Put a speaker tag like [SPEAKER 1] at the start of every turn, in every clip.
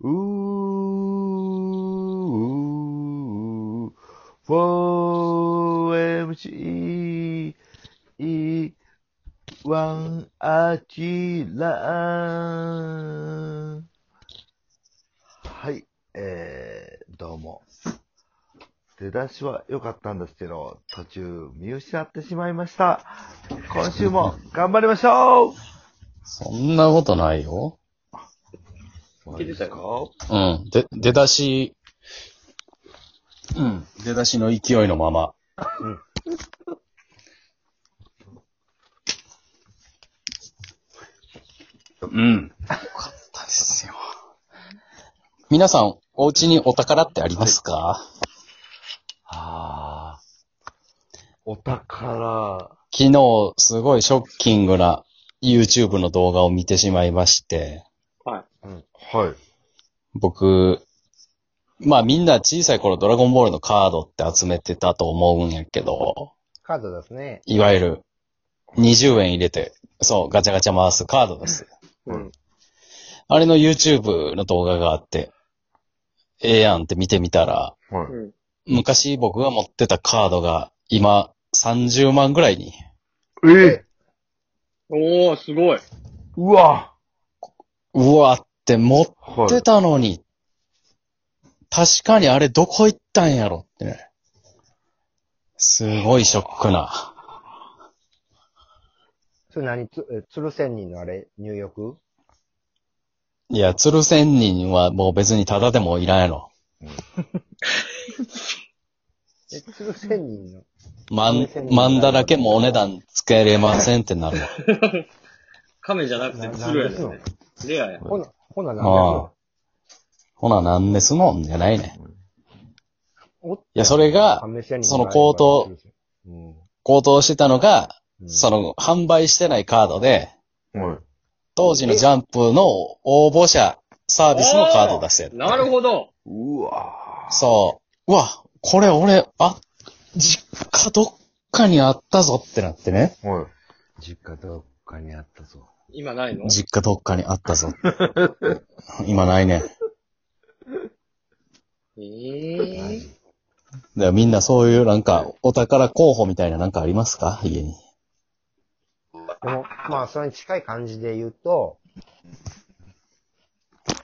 [SPEAKER 1] うー、4MC、E1 アキラはい、えー、どうも。出だしは良かったんですけど、途中見失ってしまいました。今週も頑張りましょう
[SPEAKER 2] そんなことないよ。
[SPEAKER 1] いけてたか
[SPEAKER 2] うん。で、出だし、うん。出だしの勢いのまま。
[SPEAKER 1] うん
[SPEAKER 2] うん。よかったですよ。皆さん、お家にお宝ってありますか、
[SPEAKER 1] ああ。お宝。
[SPEAKER 2] 昨日、すごいショッキングな YouTube の動画を見てしまいまして。
[SPEAKER 1] うん。はい。
[SPEAKER 2] 僕、まあみんな小さい頃ドラゴンボールのカードって集めてたと思うんやけど、
[SPEAKER 3] カードですね。
[SPEAKER 2] いわゆる20円入れて、そう、ガチャガチャ回すカードです。
[SPEAKER 1] うん
[SPEAKER 2] あれの YouTube の動画があって、ええやんって見てみたら、
[SPEAKER 1] はい。
[SPEAKER 2] 昔僕が持ってたカードが今30万ぐらいに、
[SPEAKER 1] ええ
[SPEAKER 4] おー、すごい。
[SPEAKER 1] うわ
[SPEAKER 2] うわって持っ
[SPEAKER 1] は
[SPEAKER 2] てたのに、確かにあれどこ行ったんやろってね。すごいショックな。
[SPEAKER 3] それ何つ、え鶴仙人のあれ、入浴
[SPEAKER 2] いや、鶴仙人はもう別にタダでもいらんやろ。
[SPEAKER 3] え、鶴仙人の。
[SPEAKER 2] マン
[SPEAKER 3] 鶴仙、人
[SPEAKER 2] マンダだけもお値段つけれませんってなるわ。
[SPEAKER 4] 亀じゃなくて鶴やです
[SPEAKER 3] な
[SPEAKER 4] ね。レアや。
[SPEAKER 3] ほな、ほな何
[SPEAKER 2] ああ
[SPEAKER 3] だ。
[SPEAKER 2] ほな、なんですのんじゃないね。
[SPEAKER 3] おい
[SPEAKER 2] いや、それが、その高騰、
[SPEAKER 3] うん
[SPEAKER 2] 高騰してたのが、
[SPEAKER 3] うん
[SPEAKER 2] その、販売してないカードで、
[SPEAKER 1] い。はい。
[SPEAKER 2] 当時のジャンプの応募者サービスのカード出してる。
[SPEAKER 4] なるほど。
[SPEAKER 1] うわ
[SPEAKER 2] そう。うわ、これ俺、あ、実家どっかにあったぞってなってね。
[SPEAKER 1] はい。
[SPEAKER 3] 実家どっかにあったぞ。
[SPEAKER 4] 今ないの
[SPEAKER 2] 実家どっかにあった ぞ。今ないね。
[SPEAKER 4] えー。
[SPEAKER 2] でみんなそういうなんか、お宝候補みたいななんかありますか家に。
[SPEAKER 3] でも、まあ、それに近い感じで言うと、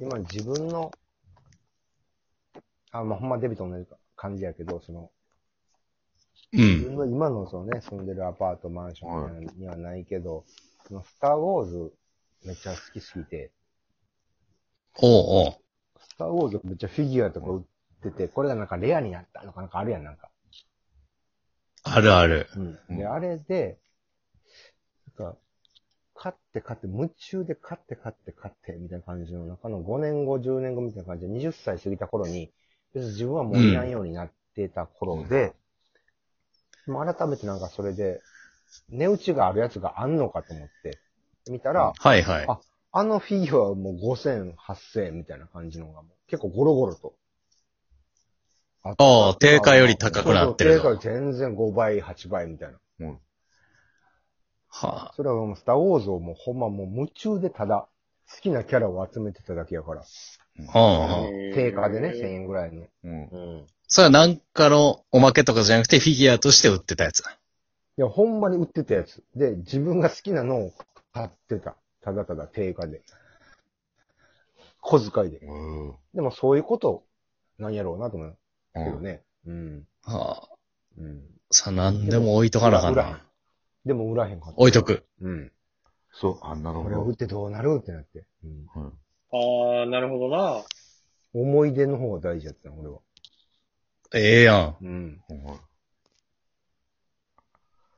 [SPEAKER 3] 今自分の、あ、まあ、ほんまデビと同じ感じやけど、その、
[SPEAKER 2] う
[SPEAKER 3] 自。分の今のそのね、住んでるアパート、マンションにはないけど、そのスターウォーズめっちゃ好きすぎて、
[SPEAKER 2] おうおう。
[SPEAKER 3] スターウォーズめっちゃフィギュアとか売ってて、これがなんかレアになったのかなんかあるやん、なんか。
[SPEAKER 2] あるある。
[SPEAKER 3] うん。で、あれで、なんか、買って買って、夢中で買って買って買って、みたいな感じの中の5年後、10年後みたいな感じで、20歳過ぎた頃に、別に自分はもういないようになってた頃で、もう改めてなんかそれで、値打ちがあるやつがあんのかと思って、見たら、
[SPEAKER 2] はいはい。
[SPEAKER 3] あのフィギュアはもう5000、8000みたいな感じのがもう結構ゴロゴロと。あ
[SPEAKER 2] ああ定価より高くなってるの
[SPEAKER 3] そうそう定価より全然5倍、8倍みたいな。
[SPEAKER 2] は
[SPEAKER 3] それはもうスターウォーズをもうほんまもう夢中でただ好きなキャラを集めてただけやから。
[SPEAKER 2] あ。はあ。
[SPEAKER 3] 定価でね、1000円ぐらいの。
[SPEAKER 1] うん。うん。
[SPEAKER 3] うん。い
[SPEAKER 2] それはなんかのおまけとかじゃなくてフィギュアとして売ってたやつ。
[SPEAKER 3] や、ほんまに売ってたやつ。で、自分が好きなのを買ってた。ただただ定価で。小遣いで。
[SPEAKER 1] うん。
[SPEAKER 3] でもそういうことなんやろうなと思うけどね。うん。
[SPEAKER 2] はあ。
[SPEAKER 3] うん。
[SPEAKER 2] さあ、なんでも置いとかなあかん
[SPEAKER 3] 売らへん
[SPEAKER 2] な。。
[SPEAKER 3] でも売らへんかった。
[SPEAKER 2] 置いとく。
[SPEAKER 3] うん。
[SPEAKER 1] そう、あ、なる
[SPEAKER 3] こ
[SPEAKER 1] ほ
[SPEAKER 3] れを売っ
[SPEAKER 1] ど。
[SPEAKER 3] てどうなるってなって。うん。
[SPEAKER 1] はい
[SPEAKER 4] あー、なるほどな。
[SPEAKER 3] 思い出の方が大事やったな、俺は。
[SPEAKER 2] ええやん。
[SPEAKER 3] うん。
[SPEAKER 1] はい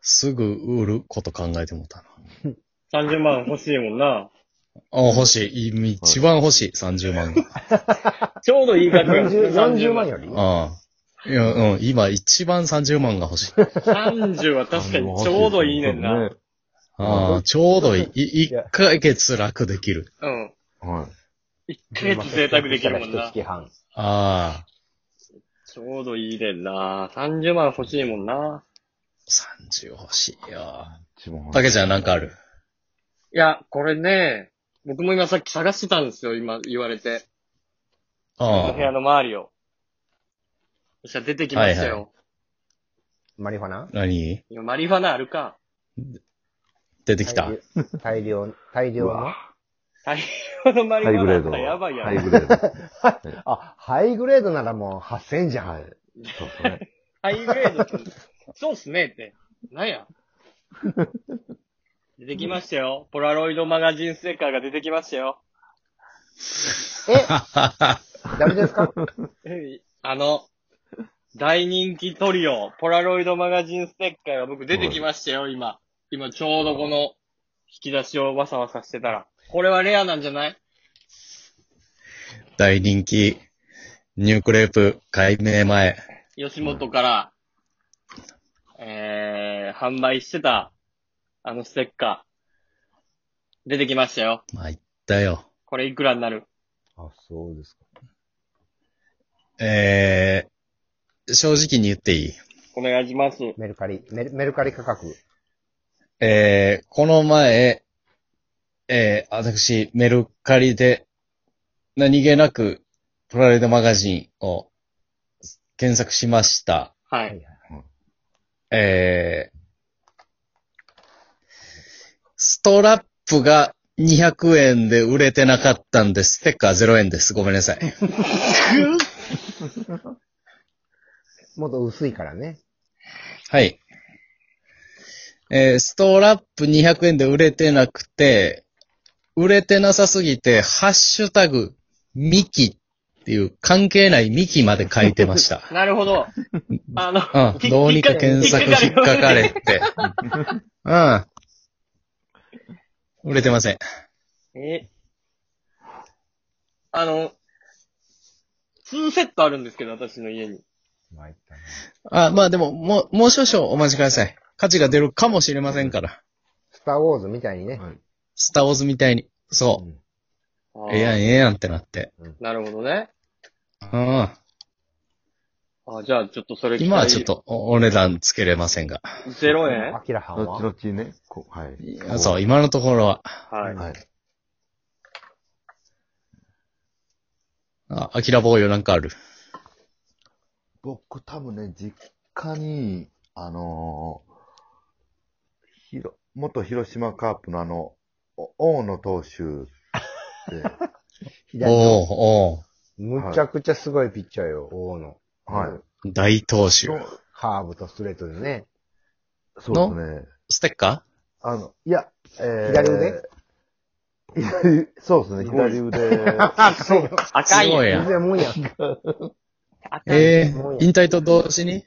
[SPEAKER 2] すぐ売ること考えてもうたな。
[SPEAKER 4] 30万欲しいもんな。
[SPEAKER 2] あ、欲しい。い一番欲しい。30万が。
[SPEAKER 4] ちょうどいい感じがする。
[SPEAKER 3] 40, 40万より
[SPEAKER 2] ああ。いや、うん。今、一番30万が欲しい。
[SPEAKER 4] 30は確かにちょうどいいねんな。。
[SPEAKER 2] ああ、ちょうどいい。い一ヶ月楽できる。
[SPEAKER 4] うん。
[SPEAKER 1] はい。
[SPEAKER 4] 一ヶ月贅沢できるもん
[SPEAKER 3] 一
[SPEAKER 4] な。
[SPEAKER 3] 月半。
[SPEAKER 2] ああ。
[SPEAKER 4] ちょうどいいねんな。30万欲しいもんな。
[SPEAKER 2] 30欲しいよ。
[SPEAKER 1] 一番
[SPEAKER 2] たけちゃんなんかある
[SPEAKER 4] いや、これね、僕も今さっき探してたんですよ、今言われて。
[SPEAKER 2] あ
[SPEAKER 4] お部屋の周りを。そしたら出てきましたよ。
[SPEAKER 2] はい
[SPEAKER 3] マリファナ
[SPEAKER 2] 何
[SPEAKER 4] いやマリファナあるか。
[SPEAKER 2] 出てきた。
[SPEAKER 3] 大量、大量
[SPEAKER 1] う
[SPEAKER 3] の
[SPEAKER 1] わ。
[SPEAKER 4] 大量のマリ
[SPEAKER 1] ハ
[SPEAKER 4] フ
[SPEAKER 1] イ
[SPEAKER 4] ァ
[SPEAKER 1] グ
[SPEAKER 4] ナ
[SPEAKER 1] レー
[SPEAKER 4] あった
[SPEAKER 1] ド。
[SPEAKER 4] らやばいや
[SPEAKER 1] ハ
[SPEAKER 4] ろ。
[SPEAKER 1] イグ レード。
[SPEAKER 3] あ、ハイグレードならもう8000じゃん。
[SPEAKER 1] はい。そうですね。
[SPEAKER 4] ハイグレードって、そうっすねって。なんや。出てきましたよ。ポラロイドマガジンステッカーが出てきましたよ。
[SPEAKER 3] え、ダメですか
[SPEAKER 4] あの、大人気トリオ、ポラロイドマガジンステッカーが僕出てきましたよ、今。今ちょうどこの引き出しをわさわさしてたら。これはレアなんじゃない
[SPEAKER 2] 大人気、ニュークレープ改名前。
[SPEAKER 4] 吉本から、えー、販売してた、あのステッカー。出てきましたよ。
[SPEAKER 2] まあ、言ったよ。
[SPEAKER 4] これいくらになる
[SPEAKER 3] あ、そうですか。
[SPEAKER 2] えー、正直に言っていい
[SPEAKER 4] お願いします。
[SPEAKER 3] メルカリ、メルメルカリ価格。
[SPEAKER 2] えー、この前、えー、私、メルカリで、何気なく、プラレードマガジンを検索しました。
[SPEAKER 4] は
[SPEAKER 3] はい
[SPEAKER 4] い。
[SPEAKER 2] えー、ストラップが200円で売れてなかったんで、ステッカー0円です。ごめんなさい。
[SPEAKER 3] もっと薄いからね。
[SPEAKER 2] はい。えーストラップ200円で売れてなくて、売れてなさすぎて、ハッシュタグ、ミキっていう関係ないミキまで書いてました。
[SPEAKER 4] なるほ ど。あの、
[SPEAKER 2] うん、どうにか検索引っかかれって。うん。売れてません。
[SPEAKER 4] えあの、2セットあるんですけど、私の家に。
[SPEAKER 3] 参ったな
[SPEAKER 2] あ、まあでも、もう、もう少々お待ちください。価値が出るかもしれませんから。
[SPEAKER 3] スターウォーズみたいにね。
[SPEAKER 1] はい
[SPEAKER 2] スターウォーズみたいに。
[SPEAKER 3] う
[SPEAKER 2] そ
[SPEAKER 3] ん
[SPEAKER 2] う。ええやん、ええやんってなって。
[SPEAKER 4] なるほどね。
[SPEAKER 2] うん。
[SPEAKER 4] あじゃあ、ちょっとそれ
[SPEAKER 2] 今はちょっ。とおお値段つけれませんが。
[SPEAKER 4] 0円
[SPEAKER 3] アキラはんは
[SPEAKER 1] 後々ね、こうはい。
[SPEAKER 2] そう、今のところは。
[SPEAKER 4] はい。
[SPEAKER 1] はい。
[SPEAKER 2] あ、アキラ棒よなんかある。
[SPEAKER 1] 僕多分ね、実家に、あのーひろ、元広島カープのあの、お大野投手 って、
[SPEAKER 2] おー
[SPEAKER 3] 左の
[SPEAKER 2] お
[SPEAKER 3] むちゃくちゃすごいピッチャーよ、大野。
[SPEAKER 1] はい。
[SPEAKER 2] ー大投手。
[SPEAKER 1] の
[SPEAKER 3] カーブとストレートでね。
[SPEAKER 1] そうですね。
[SPEAKER 2] ステッカ
[SPEAKER 1] あの、いや、えー、
[SPEAKER 3] 左腕
[SPEAKER 1] 左そうですね、左 腕。
[SPEAKER 4] あ、そう。
[SPEAKER 2] ー
[SPEAKER 4] 赤
[SPEAKER 2] す
[SPEAKER 4] い。
[SPEAKER 2] ごいや
[SPEAKER 3] 全
[SPEAKER 2] ん。
[SPEAKER 3] 然もんや。
[SPEAKER 4] 赤い。
[SPEAKER 2] ええ引退と同時に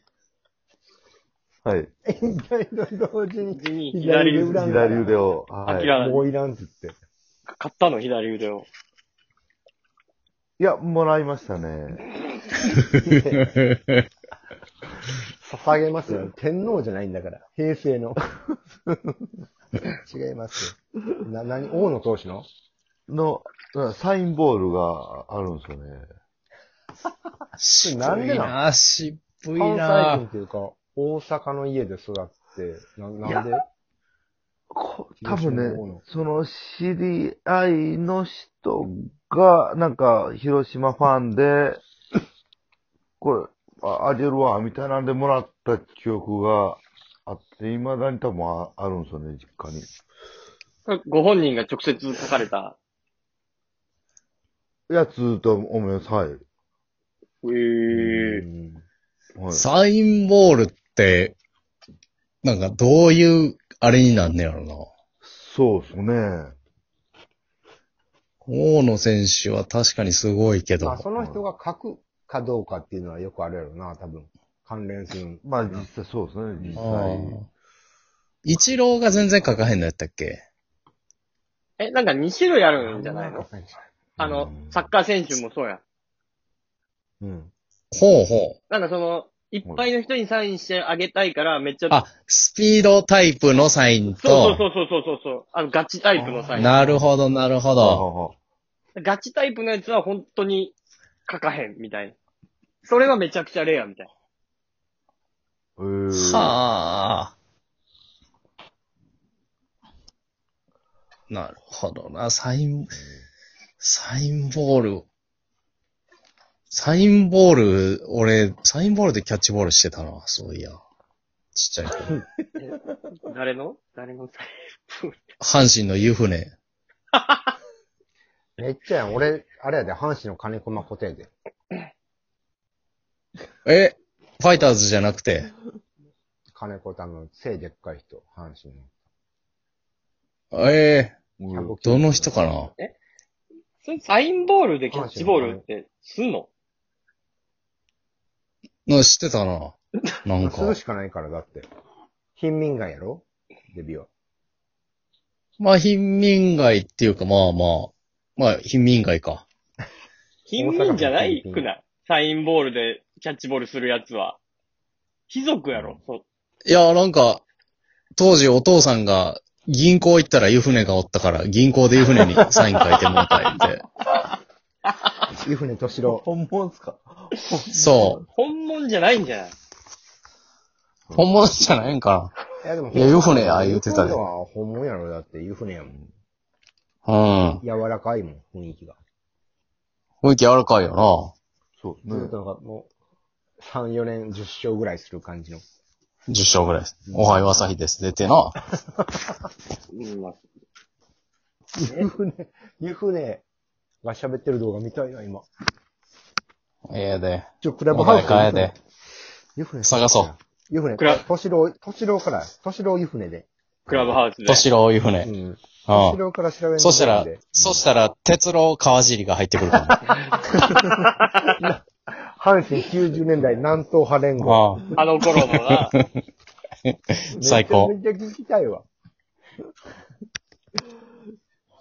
[SPEAKER 1] はい。
[SPEAKER 3] 左の同時に。
[SPEAKER 4] 右に
[SPEAKER 3] 左
[SPEAKER 4] 左
[SPEAKER 3] 腕
[SPEAKER 4] 腕。
[SPEAKER 1] 左腕を。はい。
[SPEAKER 4] 明ら
[SPEAKER 3] もういらんって言って。
[SPEAKER 4] 買ったの、左腕を。
[SPEAKER 1] いや、もらいましたね。
[SPEAKER 3] 捧げますよ。天皇じゃないんだから。平成の。違いますよ。な、なに、大野投手の
[SPEAKER 1] の、サインボールがあるんですよね。
[SPEAKER 2] 渋い
[SPEAKER 3] なんでな
[SPEAKER 2] な渋い
[SPEAKER 3] 関西
[SPEAKER 2] な
[SPEAKER 3] 人っていうか、大阪の家で育って、な、なんで
[SPEAKER 1] こ多分
[SPEAKER 3] 広島の方
[SPEAKER 1] ね
[SPEAKER 3] の、
[SPEAKER 1] その知り合いの人が、なんか、広島ファンで、これ、ああげるわ、みたいなんでもらった記憶があって、未だに多分ああるんですよね、実家に。い
[SPEAKER 4] ご本人が直接書かれた。
[SPEAKER 1] やつと思います。はい。
[SPEAKER 4] え
[SPEAKER 3] う
[SPEAKER 4] え
[SPEAKER 3] ん
[SPEAKER 1] はい、
[SPEAKER 2] サインボールって、なんかどういう、あれになんねやろな。
[SPEAKER 1] そうですね。
[SPEAKER 2] 大野選手は確かにすごいけど。
[SPEAKER 3] まあ、その人が書くかどうかっていうのはよくあるやろな、多分。関連する。
[SPEAKER 1] まあ、実際そうですね、実
[SPEAKER 2] あ
[SPEAKER 1] 際。
[SPEAKER 2] ー一郎が全然書かへんのやったっけ
[SPEAKER 4] え、なんか2種類あるんじゃないのあの、サッカー選手もそうや。
[SPEAKER 1] うん。
[SPEAKER 2] ほうほう。
[SPEAKER 4] なんかその、いっぱいの人にサインしてあげたいから、めっちゃ。
[SPEAKER 2] あ、スピードタイプのサインと。
[SPEAKER 4] そうそうそうそうそうそう。あの、ガチタイプのサイン。
[SPEAKER 2] なるほど、なるほど。
[SPEAKER 1] は
[SPEAKER 4] ガチタイプのやつは本当に書かへんみたいな。それはめちゃくちゃレアみたいな。
[SPEAKER 1] あはあ。えー
[SPEAKER 2] はあ。なるほどな。サイン、サインボール。サインボール、俺、サインボールでキャッチボールしてたな、そういや。ちっちゃい頃。
[SPEAKER 4] 誰の誰のサイ
[SPEAKER 2] 阪神の湯船。
[SPEAKER 3] めっちゃやん。俺、あれやで、阪神の金駒固定で。
[SPEAKER 2] え、ファイターズじゃなくて、
[SPEAKER 3] 金子たの背でっかい人、阪神の。
[SPEAKER 2] え
[SPEAKER 1] うん
[SPEAKER 2] ー、どの人かな
[SPEAKER 4] それサインボールでキャッチボールってすんの
[SPEAKER 2] の知ってたな。なん
[SPEAKER 3] する
[SPEAKER 2] か。
[SPEAKER 3] しかないから、だって。貧民街やろデビューは。
[SPEAKER 2] まあ、貧民街っていうか、まあまあ、まあ、貧民街か。
[SPEAKER 4] 貧民じゃないくないサインボールでキャッチボールするやつは。貴族やろそう。
[SPEAKER 2] いや、なんか、当時お父さんが銀行行ったら湯船がおったから、銀行で湯船にサイン書いてもらった りっ
[SPEAKER 3] 湯船 敏郎。
[SPEAKER 1] 本物っすか
[SPEAKER 2] て。そ。
[SPEAKER 4] 本物じゃないんじゃないう
[SPEAKER 2] 本物じゃないんか
[SPEAKER 3] いや、でも
[SPEAKER 2] いや湯船や言うてたで
[SPEAKER 3] 湯船は本物やろ、だって湯船やもん。
[SPEAKER 2] な。うん。
[SPEAKER 3] 柔らかいもん、雰囲気が。
[SPEAKER 2] 雰囲気柔らかいよ
[SPEAKER 1] そう
[SPEAKER 3] ず
[SPEAKER 1] ね
[SPEAKER 3] っ。となんかもう、3、4年10勝ぐらいする感じの。
[SPEAKER 2] な。10勝ぐらいです。おはよう朝日です。出てな。
[SPEAKER 4] うん、まあ
[SPEAKER 3] 湯船、湯船が喋ってる動画見たいな、今。
[SPEAKER 2] ええで。
[SPEAKER 3] ちょ、クラブ
[SPEAKER 2] お
[SPEAKER 3] ハウ
[SPEAKER 2] 前
[SPEAKER 3] ス。
[SPEAKER 2] 帰えで。
[SPEAKER 3] 湯船。
[SPEAKER 2] 探そう。
[SPEAKER 3] 湯船。
[SPEAKER 4] クラ
[SPEAKER 3] としろう、としろうから、としろう湯船で。
[SPEAKER 4] クラブハウスで。
[SPEAKER 2] 敏郎湯船。
[SPEAKER 3] う
[SPEAKER 2] うん。
[SPEAKER 3] ん。としろうから調べる
[SPEAKER 2] そしたら、そしたら、鉄郎川尻が入ってくるか
[SPEAKER 3] 阪神90年代南東派連合。
[SPEAKER 2] ら。うん
[SPEAKER 4] あの頃のな。
[SPEAKER 2] 最高
[SPEAKER 3] めちゃめちゃ聞きたいわ。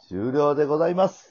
[SPEAKER 1] 終了でございます。